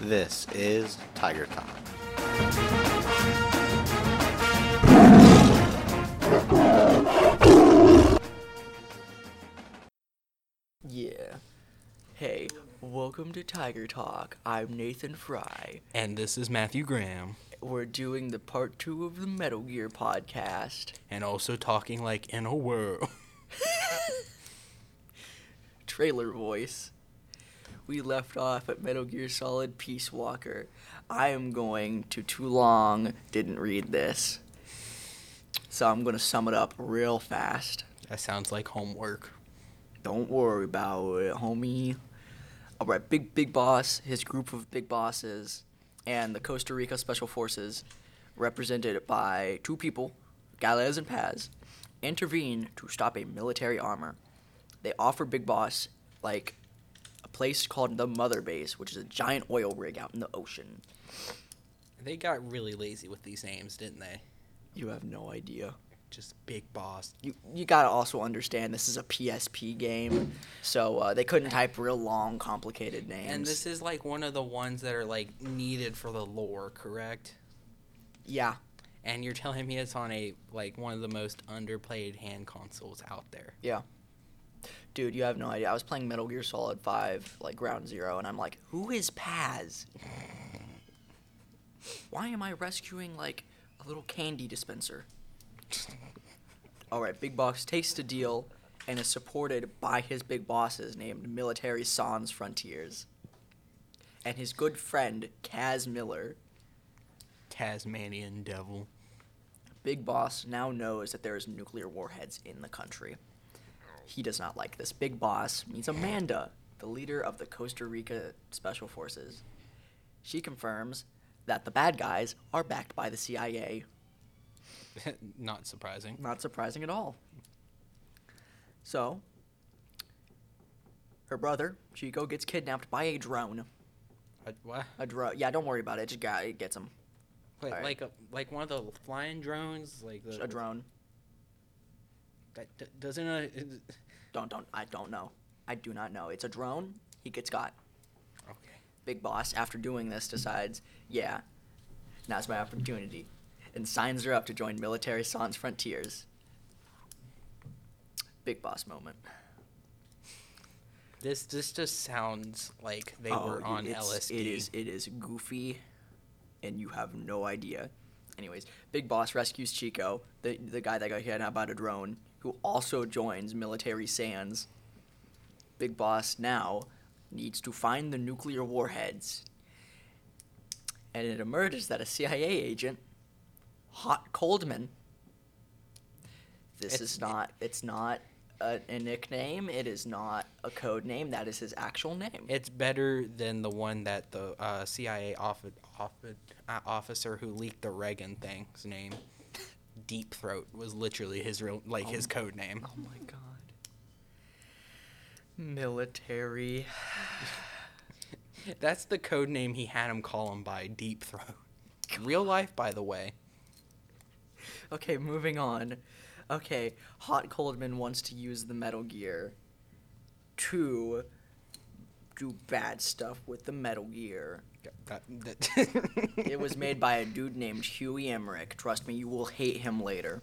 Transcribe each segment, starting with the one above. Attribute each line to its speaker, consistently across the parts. Speaker 1: This is Tiger Talk.
Speaker 2: Yeah. Hey, welcome to Tiger Talk. I'm Nathan Fry.
Speaker 3: And this is Matthew Graham,
Speaker 2: We're doing the part two of the Metal Gear podcast.
Speaker 3: and also talking like in a world.
Speaker 2: Trailer voice. We left off at Metal Gear Solid Peace Walker. I am going to too long, didn't read this. So I'm going to sum it up real fast.
Speaker 3: That sounds like homework.
Speaker 2: Don't worry about it, homie. All right, Big Big Boss, his group of big bosses, and the Costa Rica Special Forces, represented by two people, Galez and Paz, intervene to stop a military armor. They offer Big Boss like a place called the Mother Base, which is a giant oil rig out in the ocean.
Speaker 3: They got really lazy with these names, didn't they?
Speaker 2: You have no idea.
Speaker 3: Just Big Boss.
Speaker 2: You you gotta also understand this is a PSP game, so uh, they couldn't type real long, complicated names.
Speaker 3: And this is like one of the ones that are like needed for the lore, correct?
Speaker 2: yeah.
Speaker 3: And you're telling me it's on a like one of the most underplayed hand consoles out there.
Speaker 2: Yeah. Dude, you have no idea. I was playing Metal Gear Solid 5, like Ground Zero, and I'm like, who is Paz? Why am I rescuing, like, a little candy dispenser? All right, Big Boss takes the deal and is supported by his big bosses named Military Sans Frontiers and his good friend, Kaz Miller.
Speaker 3: Tasmanian Devil.
Speaker 2: Big Boss now knows that there is nuclear warheads in the country. He does not like this. Big Boss meets Amanda, the leader of the Costa Rica Special Forces. She confirms that the bad guys are backed by the CIA.
Speaker 3: Not surprising.
Speaker 2: Not surprising at all. So, her brother, Chico, gets kidnapped by a drone.
Speaker 3: Uh, what?
Speaker 2: A drone. Yeah, don't worry about it. Just got, it gets him.
Speaker 3: Like,
Speaker 2: Alright.
Speaker 3: like a like one of the flying drones, like the
Speaker 2: A drone.
Speaker 3: That d- doesn't uh, is-
Speaker 2: Don't, don't. I don't know. I do not know. It's a drone. He gets got.
Speaker 3: okay.
Speaker 2: Big Boss, after doing this, decides, yeah, now's my opportunity, and signs her up to join Military Sans Frontiers. Big Boss moment.
Speaker 3: This this just sounds like they
Speaker 2: Oh,
Speaker 3: were on
Speaker 2: it's-
Speaker 3: LSD.
Speaker 2: It is, it is goofy, and you have no idea. Anyways, Big Boss rescues Chico, the, the guy that got kidnapped by a drone, who also joins Military Sans. Big Boss now needs to find the nuclear warheads. And it emerges that a CIA agent, Hot Coldman, this
Speaker 3: It's-
Speaker 2: is not, it's not a, a nickname, it is not a code name, that is his actual name.
Speaker 3: It's better than the one that the uh, CIA off- off- uh, officer who leaked the Reagan thing's name, Deep Throat, was literally his real like his code name.
Speaker 2: Oh my god. Military.
Speaker 3: That's the code name he had him call him by, Deep Throat. Real life, by the way.
Speaker 2: Okay, moving on. Okay, Hot Coldman wants to use the Metal Gear to do bad stuff with the Metal Gear.
Speaker 3: That- that-
Speaker 2: It was made by a dude named Huey Emmerich. Trust me, you will hate him later.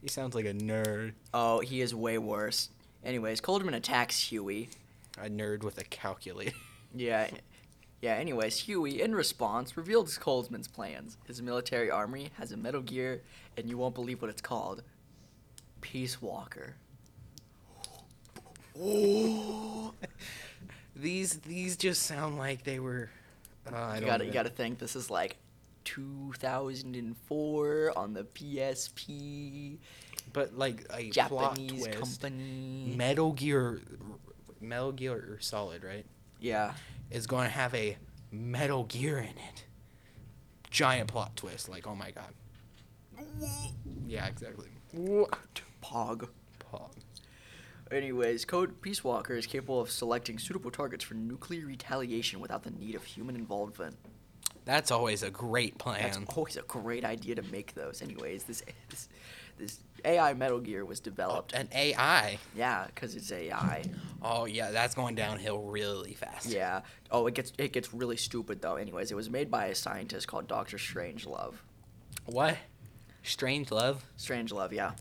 Speaker 3: he sounds like a nerd,
Speaker 2: Oh, he is way worse. Anyways, Coldman attacks Huey.
Speaker 3: a nerd with a calculator.
Speaker 2: Yeah. Yeah, anyways, Huey, in response, reveals Coldman's plans. His military army has a Metal Gear, and you won't believe what it's called Peace Walker.
Speaker 3: These these just sound like they were. Uh, I
Speaker 2: You
Speaker 3: don't
Speaker 2: gotta, you
Speaker 3: even-
Speaker 2: gotta think this is like 2004 on the PSP,
Speaker 3: But like a plot
Speaker 2: Japanese
Speaker 3: twist.
Speaker 2: company.
Speaker 3: Metal Gear, Metal Gear Solid, right?
Speaker 2: Yeah.
Speaker 3: is going to have a Metal Gear in it. Giant plot twist. Like, oh my god. Yeah, exactly.
Speaker 2: Pog.
Speaker 3: Pog.
Speaker 2: Anyways, Code Peace Walker is capable of selecting suitable targets for nuclear retaliation without the need of human involvement.
Speaker 3: That's always a great
Speaker 2: That's
Speaker 3: plan.
Speaker 2: always a great idea to make those. Anyways, this this this AI Metal Gear was developed.
Speaker 3: An AI.
Speaker 2: Yeah, because it's AI.
Speaker 3: Oh yeah, that's going downhill really fast.
Speaker 2: Yeah. Oh, it gets it gets really stupid though. Anyways, it was made by a scientist called Doctor Strangelove.
Speaker 3: What? Strange love.
Speaker 2: Strangelove, yeah.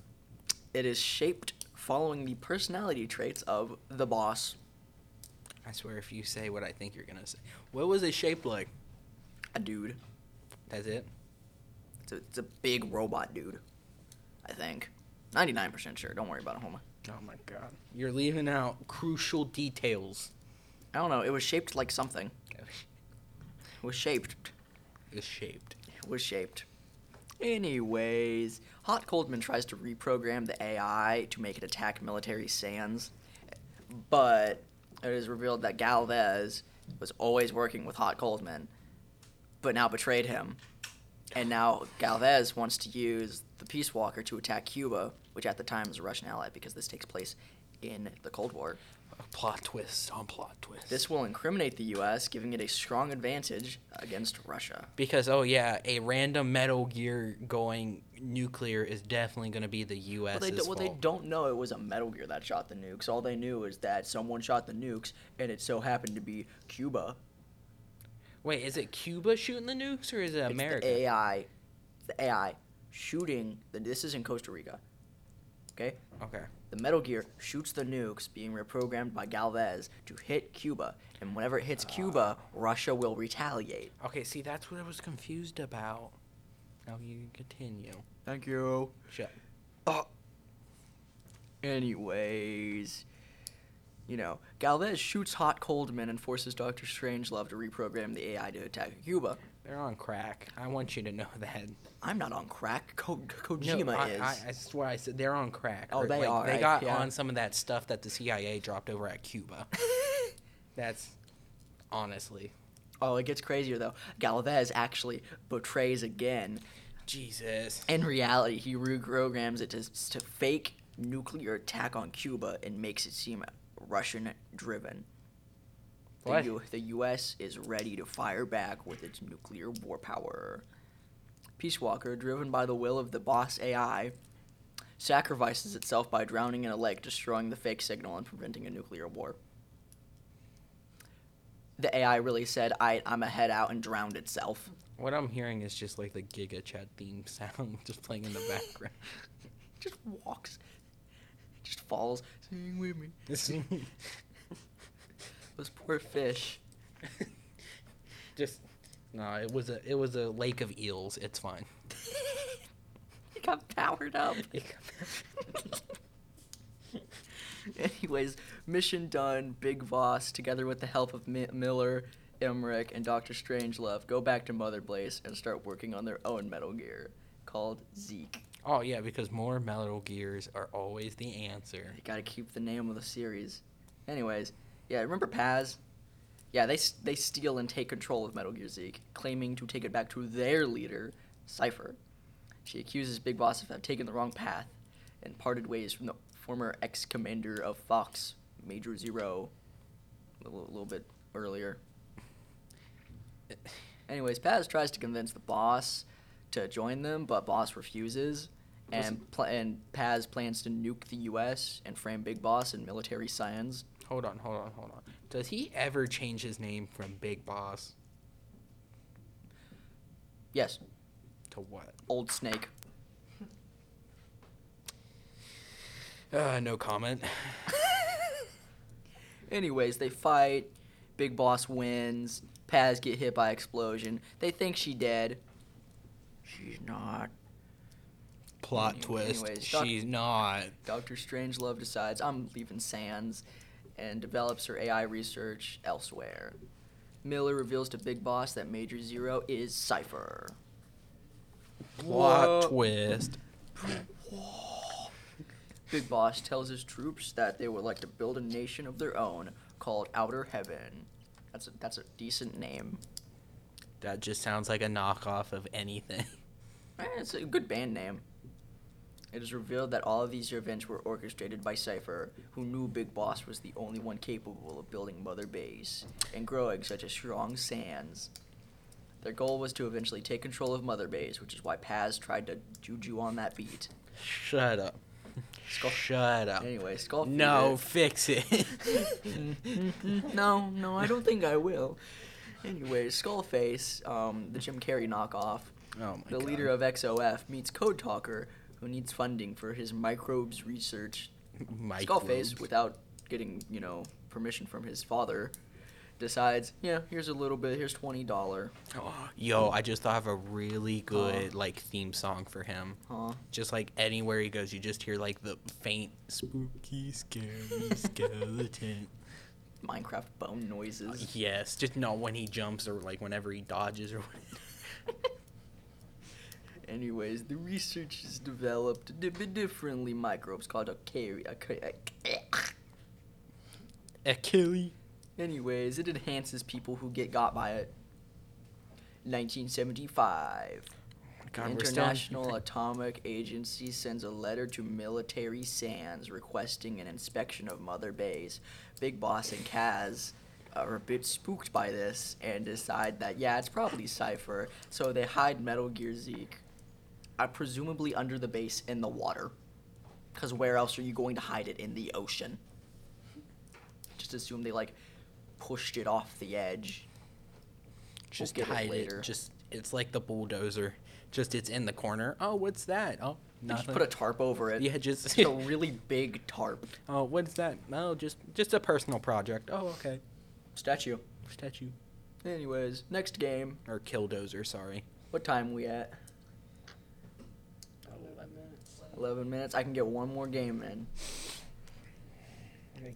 Speaker 2: It is shaped following the personality traits of the boss,
Speaker 3: I swear, if you say what I think you're gonna say, what was it shaped like?
Speaker 2: a dude.
Speaker 3: That's it.
Speaker 2: It's a, it's a big robot dude. I think. Ninety nine percent sure. Don't worry about it, Homer.
Speaker 3: Oh my god. You're leaving out crucial details.
Speaker 2: I don't know. It was shaped like something. It was shaped.
Speaker 3: It's shaped.
Speaker 2: It was shaped. Anyways, Hot Coldman tries to reprogram the AI to make it attack military sands, but it is revealed that Galvez was always working with Hot Coldman, but now betrayed him. And now Galvez wants to use the Peace Walker to attack Cuba, which at the time is a Russian ally because this takes place in the Cold War.
Speaker 3: Plot twists on plot twists.
Speaker 2: This will incriminate the U.S., giving it a strong advantage against Russia.
Speaker 3: because oh yeah, a random Metal Gear going nuclear is definitely gonna be the U.S.
Speaker 2: Well, they, do, well, they don't know it was a Metal Gear that shot the nukes. All they knew is that someone shot the nukes, and it so happened to be Cuba.
Speaker 3: Wait, is it Cuba shooting the nukes or is it
Speaker 2: It's
Speaker 3: America?
Speaker 2: the AI, it's the AI shooting. The, this is in Costa Rica. Okay,
Speaker 3: okay.
Speaker 2: the Metal Gear shoots the nukes being reprogrammed by Galvez to hit Cuba, and whenever it hits Cuba, Russia will retaliate.
Speaker 3: Okay. See, that's what I was confused about. Now you can continue.
Speaker 2: Thank you. Uh,
Speaker 3: Shut.
Speaker 2: Anyways, you know, Galvez shoots Hot Coldman and forces Doctor Strangelove to reprogram the AI to attack Cuba.
Speaker 3: They're on crack. I want you to know that.
Speaker 2: I'm not on crack. Ko-
Speaker 3: No,
Speaker 2: Kojima
Speaker 3: I,
Speaker 2: is.
Speaker 3: I, I swear I said they're on crack.
Speaker 2: Oh,
Speaker 3: Or,
Speaker 2: they
Speaker 3: like,
Speaker 2: are,
Speaker 3: They
Speaker 2: right?
Speaker 3: got
Speaker 2: Yeah.
Speaker 3: on some of that stuff that the CIA dropped over at Cuba. That's honestly,
Speaker 2: oh, it gets crazier though. Galvez actually betrays again.
Speaker 3: Jesus.
Speaker 2: In reality, he reprograms it to, to fake nuclear attack on Cuba and makes it seem Russian-driven. The,
Speaker 3: What?
Speaker 2: U- the U.S. is ready to fire back with its nuclear war power. Peace Walker, driven by the will of the boss AI, sacrifices itself by drowning in a lake, destroying the fake signal and preventing a nuclear war. The AI really said, I, I'm a head out and drowned itself.
Speaker 3: What I'm hearing is just like the Giga Chat theme sound just playing in the background.
Speaker 2: Just walks, just falls. Sing with me.
Speaker 3: This-
Speaker 2: Those poor fish.
Speaker 3: just no, it was a it was a lake of eels. It's fine.
Speaker 2: He got powered up. Anyways, mission done. Big Voss, together with the help of Mi- Miller, Emmerich, and Doctor Strangelove, go back to Mother Blaze and start working on their own Metal Gear called Zeke.
Speaker 3: oh yeah, because more Metal Gears are always the answer.
Speaker 2: They gotta keep the name of the series. Anyways, yeah, remember Paz? Yeah, they, s- they steal and take control of Metal Gear Zeke, claiming to take it back to their leader, Cypher. She accuses Big Boss of having taken the wrong path and parted ways from the former ex commander of Fox, Major Zero, a little, little bit earlier. Anyways, Paz tries to convince the boss to join them, but Boss refuses. And, pl- and Paz plans to nuke the U.S. and frame Big Boss in military science.
Speaker 3: Hold on, hold on, hold on. Does he ever change his name from Big Boss
Speaker 2: Yes,
Speaker 3: to what?
Speaker 2: old snake.
Speaker 3: Uh, no comment.
Speaker 2: Anyways, they fight. Big Boss wins. Paz get hit by explosion. They think she dead. She's not.
Speaker 3: Plot
Speaker 2: Anyways,
Speaker 3: twist.
Speaker 2: Doc-
Speaker 3: She's not.
Speaker 2: Doctor Strangelove decides I'm leaving Sands, and develops her AI research elsewhere. Miller reveals to Big Boss that Major Zero is Cipher.
Speaker 3: Plot
Speaker 2: What?
Speaker 3: twist.
Speaker 2: Big Boss tells his troops that they would like to build a nation of their own called Outer Heaven. That's a, that's a decent name.
Speaker 3: That just sounds like a knockoff of anything.
Speaker 2: Eh, It's a good band name. It is revealed that all of these events were orchestrated by Cypher, who knew Big Boss was the only one capable of building Mother Base and growing such a strong sands. Their goal was to eventually take control of Mother Base, which is why Paz tried to juju on that beat.
Speaker 3: Shut up.
Speaker 2: Skull-
Speaker 3: Shut up.
Speaker 2: Anyway, Skull.
Speaker 3: Oh. No, fix it.
Speaker 2: no, no, I don't think I will. Anyway, Skullface, um, the Jim Carrey knockoff,
Speaker 3: Oh my
Speaker 2: the
Speaker 3: God.
Speaker 2: leader of XOF, meets Code Talker, who needs funding for his microbes research.
Speaker 3: Mike
Speaker 2: Skullface,
Speaker 3: Rhodes.
Speaker 2: without getting you know permission from his father, decides, yeah, here's a little bit, here's twenty dollar,
Speaker 3: Oh, Yo, I just thought of a really good like theme song for him.
Speaker 2: huh?
Speaker 3: Just like anywhere he goes, you just hear like the faint spooky scary skeleton.
Speaker 2: Minecraft bone noises.
Speaker 3: yes, just not when he jumps or like whenever he dodges or whatever.
Speaker 2: Anyways, the research has developed di- differently microbes called a carry.
Speaker 3: Achilles.
Speaker 2: Anyways, it enhances people who get got by it. 1975.
Speaker 3: God, we're still in-
Speaker 2: International uh, Atomic Agency sends a letter to military sands requesting an inspection of Mother Base. Big Boss and Kaz are a bit spooked by this and decide that, yeah, it's probably Cypher, so they hide Metal Gear Zeke, uh, presumably under the base in the water. Because where else are you going to hide it in the ocean? Just assume they, like, pushed it off the edge.
Speaker 3: just
Speaker 2: get it
Speaker 3: hide it,
Speaker 2: later.
Speaker 3: Just it's like the bulldozer. Just it's in the corner. Oh, what's that? Oh,
Speaker 2: They just
Speaker 3: nothing.
Speaker 2: put a tarp over it.
Speaker 3: yeah, just
Speaker 2: Just a really big tarp.
Speaker 3: oh, what's that? Oh, just just a personal project. Oh, okay.
Speaker 2: Statue.
Speaker 3: Statue
Speaker 2: Anyways, next game.
Speaker 3: or killdozer. Sorry.
Speaker 2: What time we at? 11 minutes. I can get one more game in.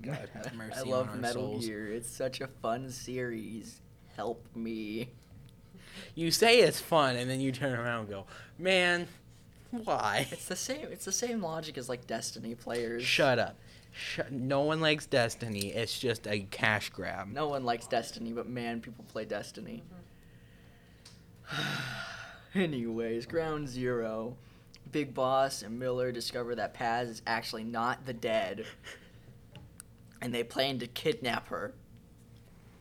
Speaker 3: God have mercy
Speaker 2: I
Speaker 3: on
Speaker 2: love
Speaker 3: our
Speaker 2: Metal
Speaker 3: souls.
Speaker 2: Gear. It's such a fun series. Help me.
Speaker 3: You say it's fun, and then you turn around and go, man, why?
Speaker 2: It's the same it's the same logic as like Destiny players.
Speaker 3: Shut up. Shut, no one likes Destiny. It's just a cash grab.
Speaker 2: No one likes Destiny, but man, people play Destiny. Anyways, Ground Zero. Big Boss and Miller discover that Paz is actually not the dead, and they plan to kidnap her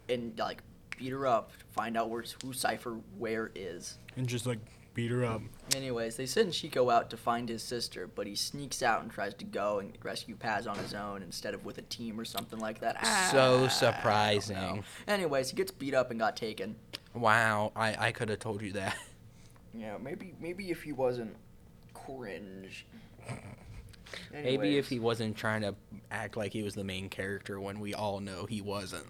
Speaker 2: and like beat her up to find out where who Cipher where is.
Speaker 4: and just like beat her up.
Speaker 2: Anyways, they send Chico out to find his sister, but he sneaks out and tries to go and rescue Paz on his own instead of with a team or something like that. Ah, I
Speaker 3: So
Speaker 2: don't
Speaker 3: surprising.
Speaker 2: know. Anyways, he gets beat up and got taken.
Speaker 3: Wow, I, I could have told you that.
Speaker 2: Yeah, maybe maybe if he wasn't cringe.
Speaker 3: Maybe if he wasn't trying to act like he was the main character when we all know he wasn't.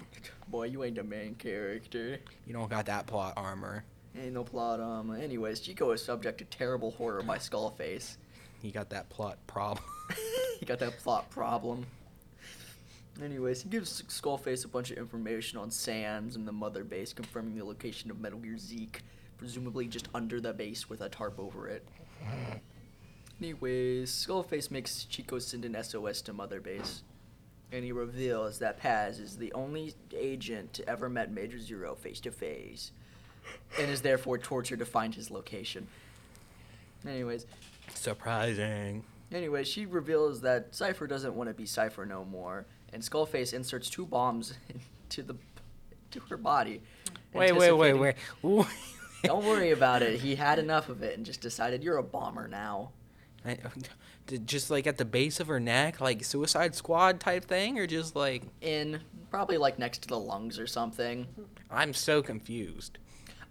Speaker 2: boy, you ain't the main character.
Speaker 3: You don't got that plot armor.
Speaker 2: Ain't no plot um. Anyways, Chico is subject to terrible horror by Skullface.
Speaker 3: You got that plot problem.
Speaker 2: he got that plot problem. Anyways, he gives Skullface a bunch of information on Sans and the mother base, confirming the location of Metal Gear Zeke, presumably just under the base with a tarp over it. Anyways, Skullface makes Chico send an SOS to Mother Base, and he reveals that Paz is the only agent to ever met Major Zero face to face, and is therefore tortured to find his location. Anyways,
Speaker 3: surprising.
Speaker 2: Anyway, she reveals that Cypher doesn't want to be Cypher no more, and Skullface inserts two bombs to the to her body.
Speaker 3: Wait, wait, wait,
Speaker 2: anticipating-
Speaker 3: wait. Ooh.
Speaker 2: Don't worry about it. He had enough of it and just decided you're a bomber now.
Speaker 3: I- d- just like at the base of her neck, like Suicide Squad type thing, or just like
Speaker 2: In probably like next to the lungs or something.
Speaker 3: I'm so confused.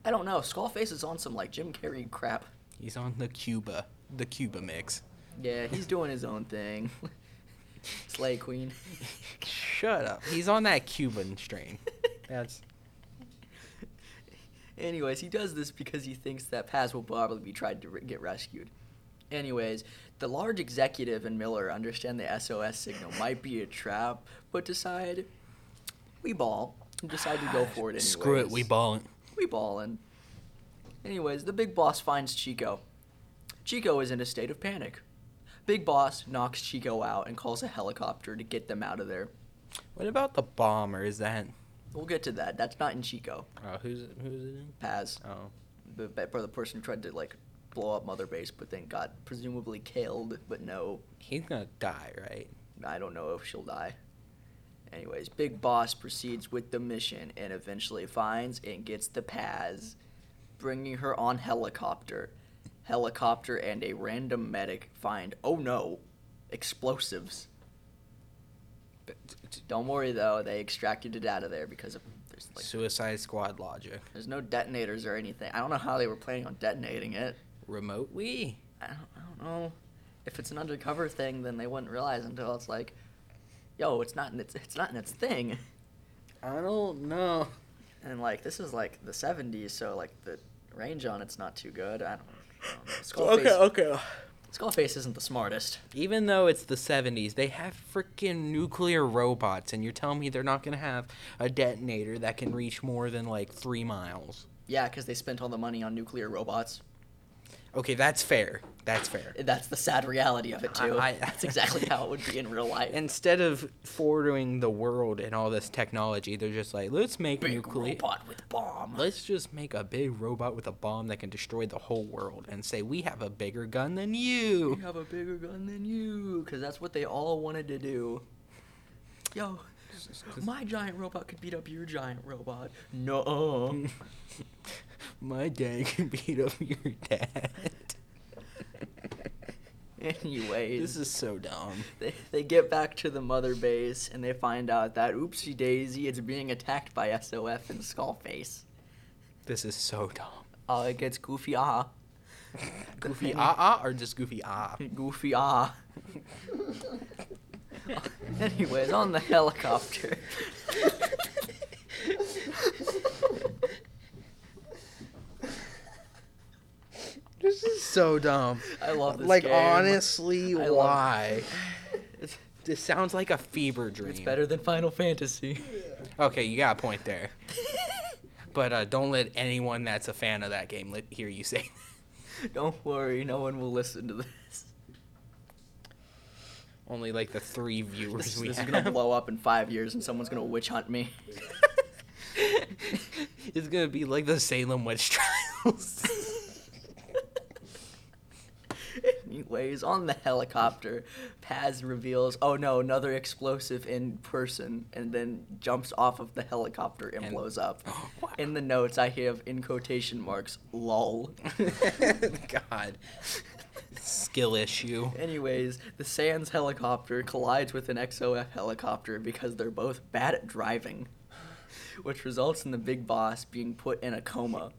Speaker 2: I don't know. Skullface is on some like Jim Carrey crap.
Speaker 3: He's on the Cuba, the Cuba mix.
Speaker 2: Yeah, he's doing his own thing. Slay Queen.
Speaker 3: Shut up. He's on that Cuban strain. That's
Speaker 2: Anyways, he does this because he thinks that Paz will probably be tried to re- get rescued. Anyways, the large executive and Miller understand the SOS signal might be a trap, but decide we ball and decide to go for it anyways.
Speaker 3: Ah, screw it. We balling.
Speaker 2: We ballin'. Anyways, the big boss finds Chico. Chico is in a state of panic. Big boss knocks Chico out and calls a helicopter to get them out of there.
Speaker 3: What about the bomber? Is that
Speaker 2: We'll get to that. That's not in Chico.
Speaker 3: uh, who's it- who's it in?
Speaker 2: Paz.
Speaker 3: Oh,
Speaker 2: the be- or the person who tried to like blow up Mother Base, but then got presumably killed. But no,
Speaker 3: he's gonna die, right?
Speaker 2: I don't know if she'll die. Anyways, Big Boss proceeds with the mission and eventually finds and gets the Paz. bringing her on helicopter. Helicopter and a random medic find, oh no, explosives. Don't worry though, they extracted it out of there because of, there's, like,
Speaker 3: Suicide Squad logic.
Speaker 2: there's no detonators or anything. I don't know how they were planning on detonating it.
Speaker 3: Remotely?
Speaker 2: I don't, I don't know. If it's an undercover thing, then they wouldn't realize until it's like, yo, it's not in its, it's not in its thing.
Speaker 3: I don't know.
Speaker 2: And like this is like the 70s, so like the range on it's not too good. I don't, I don't know. Skullface,
Speaker 3: okay.
Speaker 2: Skullface isn't the smartest.
Speaker 3: Even though it's the 70s, they have freaking nuclear robots, and you're telling me they're not going to have a detonator that can reach more than like three miles.
Speaker 2: Yeah, because they spent all the money on nuclear robots.
Speaker 3: Okay, that's fair. That's fair.
Speaker 2: That's the sad reality of it too.
Speaker 3: I- I-
Speaker 2: that's exactly how it would be in real life.
Speaker 3: Instead of forwarding the world and all this technology, they're just like, let's make
Speaker 2: big
Speaker 3: nuclear.
Speaker 2: robot with bomb.
Speaker 3: Let's just make a big robot with a bomb that can destroy the whole world and say, we have a bigger gun than you.
Speaker 2: We have a bigger gun than you, because that's what they all wanted to do. Yo, my giant robot could beat up your giant robot. No.
Speaker 3: My dad can beat up your dad.
Speaker 2: Anyways.
Speaker 3: this is so dumb.
Speaker 2: They, they get back to the mother base and they find out that oopsie daisy is being attacked by SOF and Skullface.
Speaker 3: This is so dumb.
Speaker 2: Oh, it gets goofy ah.
Speaker 3: Goofy ah ah or just goofy ah?
Speaker 2: Goofy ah. Anyways, on the helicopter.
Speaker 3: This is so dumb.
Speaker 2: I love this
Speaker 3: like
Speaker 2: game.
Speaker 3: honestly,
Speaker 2: I love-
Speaker 3: why?
Speaker 2: It's-
Speaker 3: This sounds like a fever dream.
Speaker 2: It's better than Final Fantasy.
Speaker 3: Okay, you got a point there. but uh, don't let anyone that's a fan of that game let, hear you say.
Speaker 2: Don't worry, no one will listen to this.
Speaker 3: Only like the three viewers
Speaker 2: This,
Speaker 3: we
Speaker 2: this is
Speaker 3: have.
Speaker 2: gonna blow up in five years and someone's gonna witch hunt me.
Speaker 3: it's gonna be like the Salem witch trials.
Speaker 2: Anyways, on the helicopter, Paz reveals, oh no, another explosive in person, and then jumps off of the helicopter and,
Speaker 3: And-
Speaker 2: blows up.
Speaker 3: Wow.
Speaker 2: In the notes, I have in quotation marks, lol.
Speaker 3: God, skill issue.
Speaker 2: Anyways, the Sans helicopter collides with an XOF helicopter because they're both bad at driving, which results in the big boss being put in a coma.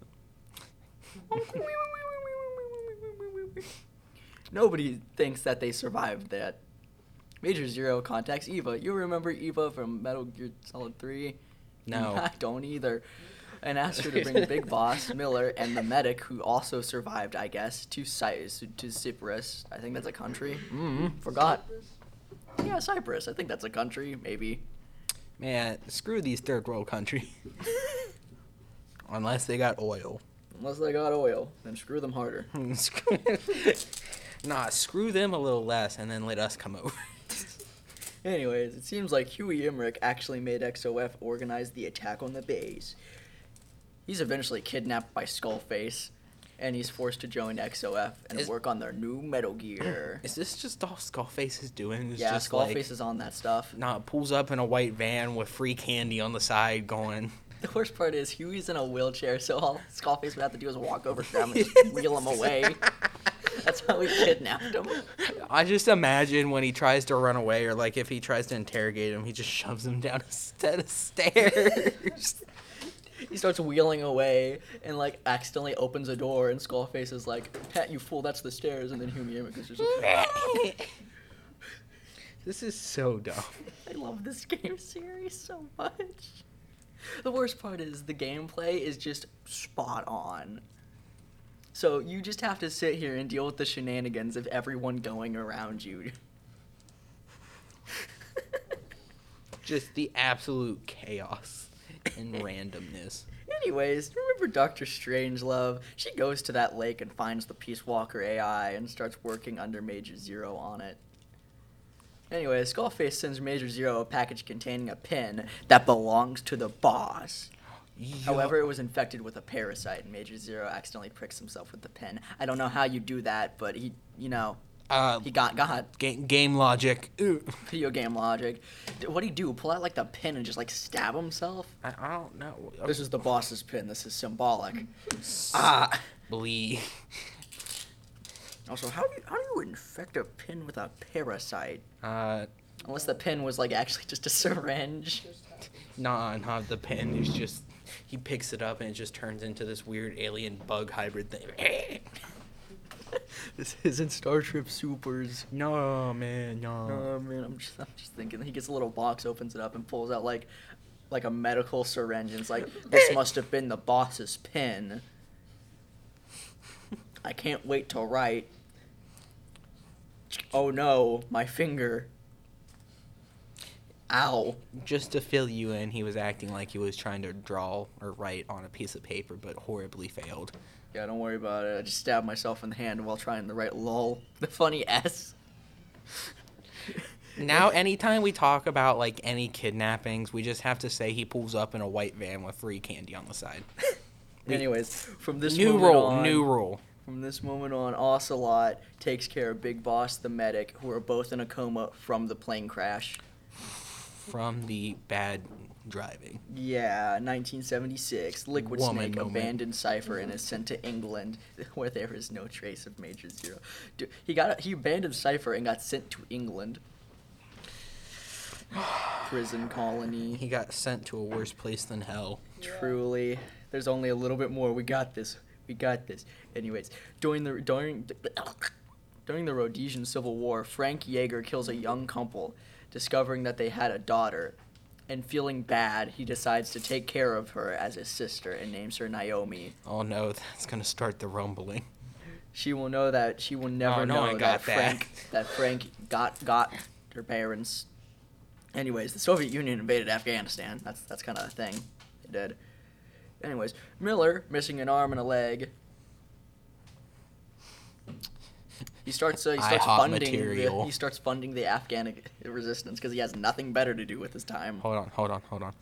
Speaker 2: Nobody thinks that they survived that. Major Zero contacts Eva. You remember Eva from Metal Gear Solid 3?
Speaker 3: No.
Speaker 2: I don't either. And asks her to bring Big Boss, Miller, and the medic, who also survived, I guess, to Cyprus. To Cyprus. I think that's a country. Mm, forgot. Yeah, Cyprus. I think that's a country, maybe.
Speaker 3: Man, screw these third world countries. Unless they got oil.
Speaker 2: Unless they got oil, then screw them harder.
Speaker 3: Screw- nah, screw them a little less and then let us come over.
Speaker 2: Anyways, it seems like Huey Emmerich actually made XOF organize the attack on the base. He's eventually kidnapped by Skullface, and he's forced to join XOF and
Speaker 3: Is-
Speaker 2: work on their new Metal Gear.
Speaker 3: Is this just all Skullface is doing? Is
Speaker 2: Yeah,
Speaker 3: just
Speaker 2: Skullface
Speaker 3: like,
Speaker 2: is on that stuff.
Speaker 3: nah, pulls up in a white van with free candy on the side going.
Speaker 2: The worst part is Huey's in a wheelchair, so all Skullface would have to do is walk over to him and just wheel him away. That's how we kidnapped him.
Speaker 3: I just imagine when he tries to run away or like if he tries to interrogate him, he just shoves him down a set of stairs.
Speaker 2: He starts wheeling away and like accidentally opens a door, and Skullface is like, "Pat, you fool, that's the stairs." And then Huey Emmerich is just like,
Speaker 3: this is so dumb.
Speaker 2: I love this game series so much. The worst part is the gameplay is just spot on. So you just have to sit here and deal with the shenanigans of everyone going around you.
Speaker 3: Just the absolute chaos and randomness.
Speaker 2: Anyways, remember Doctor Strangelove? She goes to that lake and finds the Peace Walker AI and starts working under Major Zero on it. Anyway, Skullface sends Major Zero a package containing a pin that belongs to the boss. However, it was infected with a parasite, and Major Zero accidentally pricks himself with the pin. I don't know how you do that, but he, you know,
Speaker 3: Uh,
Speaker 2: He got got
Speaker 3: game, game logic. Ooh.
Speaker 2: video game logic. D- What'd he do? Pull out like the pin and just like stab himself?
Speaker 3: I, I don't know.
Speaker 2: This is the boss's pin. This is symbolic. Ah.
Speaker 3: Blee.
Speaker 2: Also, how do you, how do you infect a pin with a parasite?
Speaker 3: Uh,
Speaker 2: Unless the pin was like actually just a syringe.
Speaker 3: nah, nah, the pen is just. He picks it up and it just turns into this weird alien bug hybrid thing.
Speaker 2: This isn't Star Trek Supers.
Speaker 3: no, man,
Speaker 2: Oh man, I'm just, I'm just thinking. He gets a little box, opens it up, and pulls out like, like a medical syringe. And it's like, this must have been the boss's pin. I can't wait to write. Oh no, my finger. Ow.
Speaker 3: Just to fill you in, he was acting like he was trying to draw or write on a piece of paper, but horribly failed.
Speaker 2: Yeah, don't worry about it. I just stabbed myself in the hand while trying to write lol. The funny S.
Speaker 3: Now, anytime we talk about like any kidnappings, we just have to say he pulls up in a white van with free candy on the side.
Speaker 2: Anyways, from this
Speaker 3: new
Speaker 2: moment
Speaker 3: rule,
Speaker 2: on,
Speaker 3: new rule.
Speaker 2: From this moment on, Ocelot takes care of Big Boss, the medic, who are both in a coma from the plane crash.
Speaker 3: From the bad driving.
Speaker 2: Yeah, 1976. Liquid
Speaker 3: Woman
Speaker 2: Snake
Speaker 3: moment.
Speaker 2: abandoned Cipher and is sent to England, where there is no trace of Major Zero. Dude, he got he abandoned Cipher and got sent to England. Prison colony.
Speaker 3: He got sent to a worse place than hell.
Speaker 2: Truly, there's only a little bit more. We got this. We got this. Anyways, during the during during the Rhodesian Civil War, Frank Yeager kills a young couple, discovering that they had a daughter, and feeling bad, he decides to take care of her as his sister and names her Naomi.
Speaker 3: Oh no, that's gonna start the rumbling.
Speaker 2: She will know that she will never
Speaker 3: Oh, no,
Speaker 2: know
Speaker 3: I
Speaker 2: that,
Speaker 3: got that.
Speaker 2: Frank that Frank got got her parents. Anyways, the Soviet Union invaded Afghanistan. That's that's kind of a thing they did. Anyways, Miller missing an arm and a leg. He starts uh, he starts
Speaker 3: IHOP
Speaker 2: funding the,
Speaker 3: material.
Speaker 2: he starts funding the Afghan resistance because he has nothing better to do with his time.
Speaker 3: Hold on, hold on, hold on.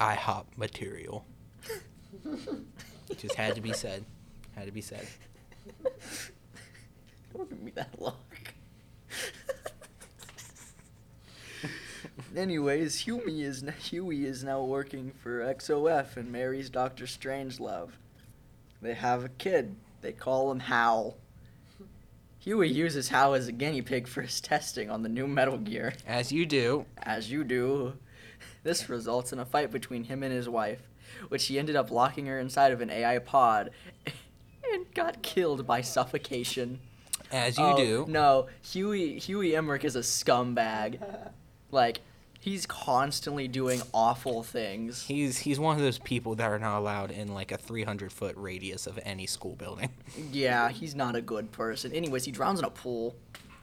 Speaker 3: IHOP material. Just had to be said. Had to be said.
Speaker 2: Don't give me that look. Anyways, Huey is n- Huey is now working for XOF and marries Doctor Strangelove. They have a kid. They call him Hal. Huey uses Hal as a guinea pig for his testing on the new Metal Gear,
Speaker 3: As you do.
Speaker 2: as you do. This results in a fight between him and his wife, which he ended up locking her inside of an AI pod and got killed by suffocation.
Speaker 3: As you
Speaker 2: Oh,
Speaker 3: do.
Speaker 2: No, Huey Huey Emmerich is a scumbag. like he's constantly doing awful things.
Speaker 3: He's he's one of those people that are not allowed in like a 300 foot radius of any school building.
Speaker 2: Yeah, he's not a good person. Anyways, he drowns in a pool.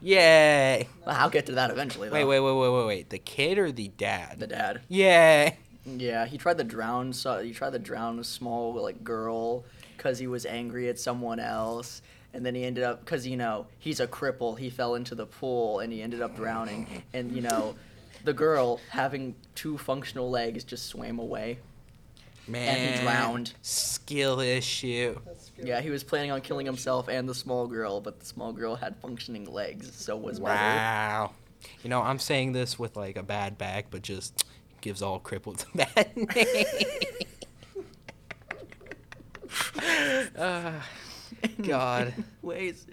Speaker 3: Yay!
Speaker 2: Well, I'll get to that eventually. Though.
Speaker 3: Wait, wait, wait, wait, wait, wait. The kid or the dad?
Speaker 2: The dad.
Speaker 3: Yay!
Speaker 2: Yeah, he tried to drown. So he tried to drown a small like girl because he was angry at someone else, and then he ended up because you know he's a cripple. He fell into the pool and he ended up drowning. And you know, the girl having two functional legs just swam away.
Speaker 3: Man,
Speaker 2: drowned.
Speaker 3: Skill issue.
Speaker 2: Yeah, he was planning on killing himself and the small girl, but the small girl had functioning legs, so was better.
Speaker 3: Wow. You know, I'm saying this with like a bad back, but just gives all cripples a bad name. Ah, God.
Speaker 2: Ways.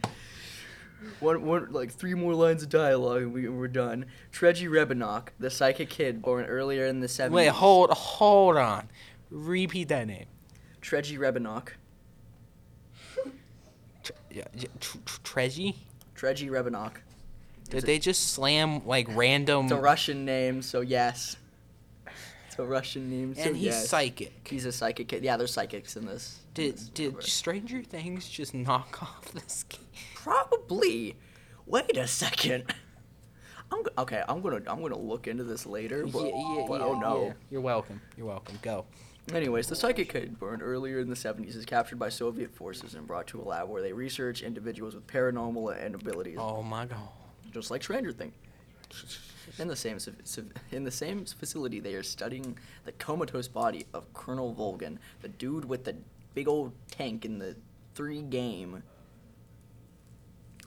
Speaker 2: One, one, like three more lines of dialogue, and we, we're done. Treji Rebinok, the psychic kid born earlier in the 70s.
Speaker 3: Wait, hold, hold on. Repeat that name.
Speaker 2: Treji Rebinok.
Speaker 3: Tre- yeah, j- tr- tr- Treji?
Speaker 2: Treji Rebinok.
Speaker 3: Did they just slam like random?
Speaker 2: It's a Russian name, so yes. It's a Russian name, so
Speaker 3: and he's
Speaker 2: yes.
Speaker 3: psychic.
Speaker 2: He's a psychic kid. Yeah, there's psychics in this. in this
Speaker 3: Did did
Speaker 2: universe.
Speaker 3: Stranger Things just knock off this game?
Speaker 2: Probably. Wait a second. I'm go- okay. I'm gonna I'm gonna look into this later. But, but oh no.
Speaker 3: You're welcome. You're welcome. Go.
Speaker 2: Anyways, the psychic kid born earlier in the 70s is captured by Soviet forces and brought to a lab where they research individuals with paranormal and abilities,
Speaker 3: Oh my god.
Speaker 2: just like Stranger Thing. In the same civ- civ- in the same facility, they are studying the comatose body of Colonel Volgan, the dude with the big old tank in the three
Speaker 3: Oh.
Speaker 2: game.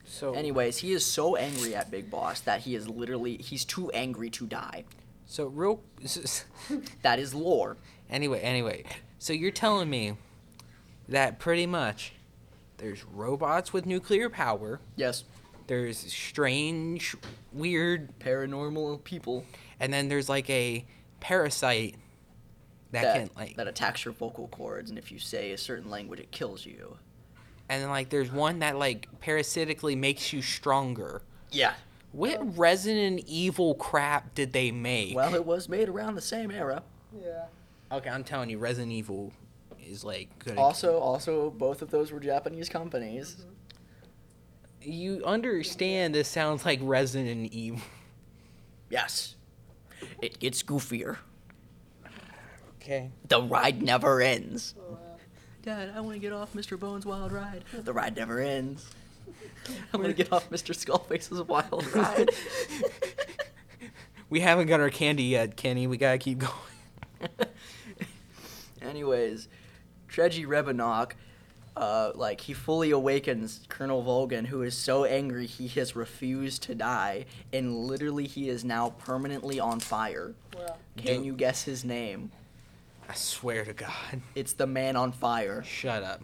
Speaker 5: So
Speaker 2: Anyways, he is so angry at Big Boss that he is literally he's too angry to die.
Speaker 5: so real.
Speaker 2: That is lore.
Speaker 3: Anyway, anyway, so you're telling me that pretty much there's robots with nuclear power,
Speaker 2: Yes,
Speaker 3: there's strange, weird,
Speaker 2: paranormal people
Speaker 3: and then there's like a parasite that,
Speaker 2: that
Speaker 3: can like,
Speaker 2: that attacks your vocal cords, and if you say a certain language, it kills you.
Speaker 3: and then like there's one that like parasitically makes you stronger.
Speaker 2: Yeah.
Speaker 3: What Resident Evil crap did they make?
Speaker 2: Well, it was made around the same era.
Speaker 5: yeah.
Speaker 3: okay, I'm telling you, Resident Evil is like good.
Speaker 2: Also, also both of those were Japanese companies.
Speaker 3: You understand this sounds like Resident Evil.
Speaker 2: Yes. It gets goofier.
Speaker 3: Okay.
Speaker 2: The ride never ends. Dad, I want to get off Mr. Bones' wild ride. The ride never ends. I want to get off Mr. Skullface's wild ride.
Speaker 3: We haven't got our candy yet, Kenny. We gotta keep going.
Speaker 2: Anyways, Treji Rebanok, uh, like he fully awakens Colonel Volgan, who is so angry he has refused to die, and literally he is now permanently on fire.
Speaker 5: Wow.
Speaker 2: Can you guess his name?
Speaker 3: I swear to God.
Speaker 2: It's the Man on Fire.
Speaker 3: Shut up.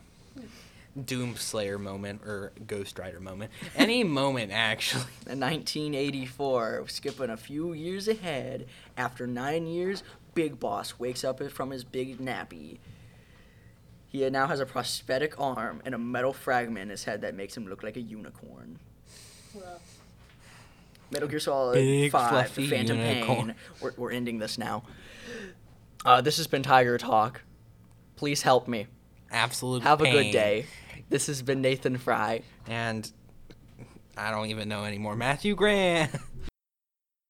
Speaker 3: Doomslayer moment or Ghost Rider moment. Any moment, actually.
Speaker 2: In 1984, skipping a few years ahead, after nine years, Big Boss wakes up from his big nappy. He now has a prosthetic arm and a metal fragment in his head that makes him look like a unicorn.
Speaker 5: Wow.
Speaker 2: Metal Gear Solid
Speaker 3: Big,
Speaker 2: 5, The
Speaker 3: fluffy
Speaker 2: Phantom
Speaker 3: unicorn.
Speaker 2: Pain. We're, we're ending this now. Uh, this has been Tiger Talk. Please help me.
Speaker 3: Absolute.
Speaker 2: Have a good
Speaker 3: pain.
Speaker 2: day. This has been Nathan Fry.
Speaker 3: And I don't even know anymore. Matthew Grant.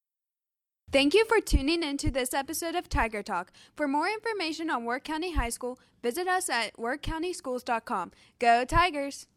Speaker 6: Thank you for tuning in to this episode of Tiger Talk. For more information on Work County High School, visit us at workcountyschools.com. Go Tigers!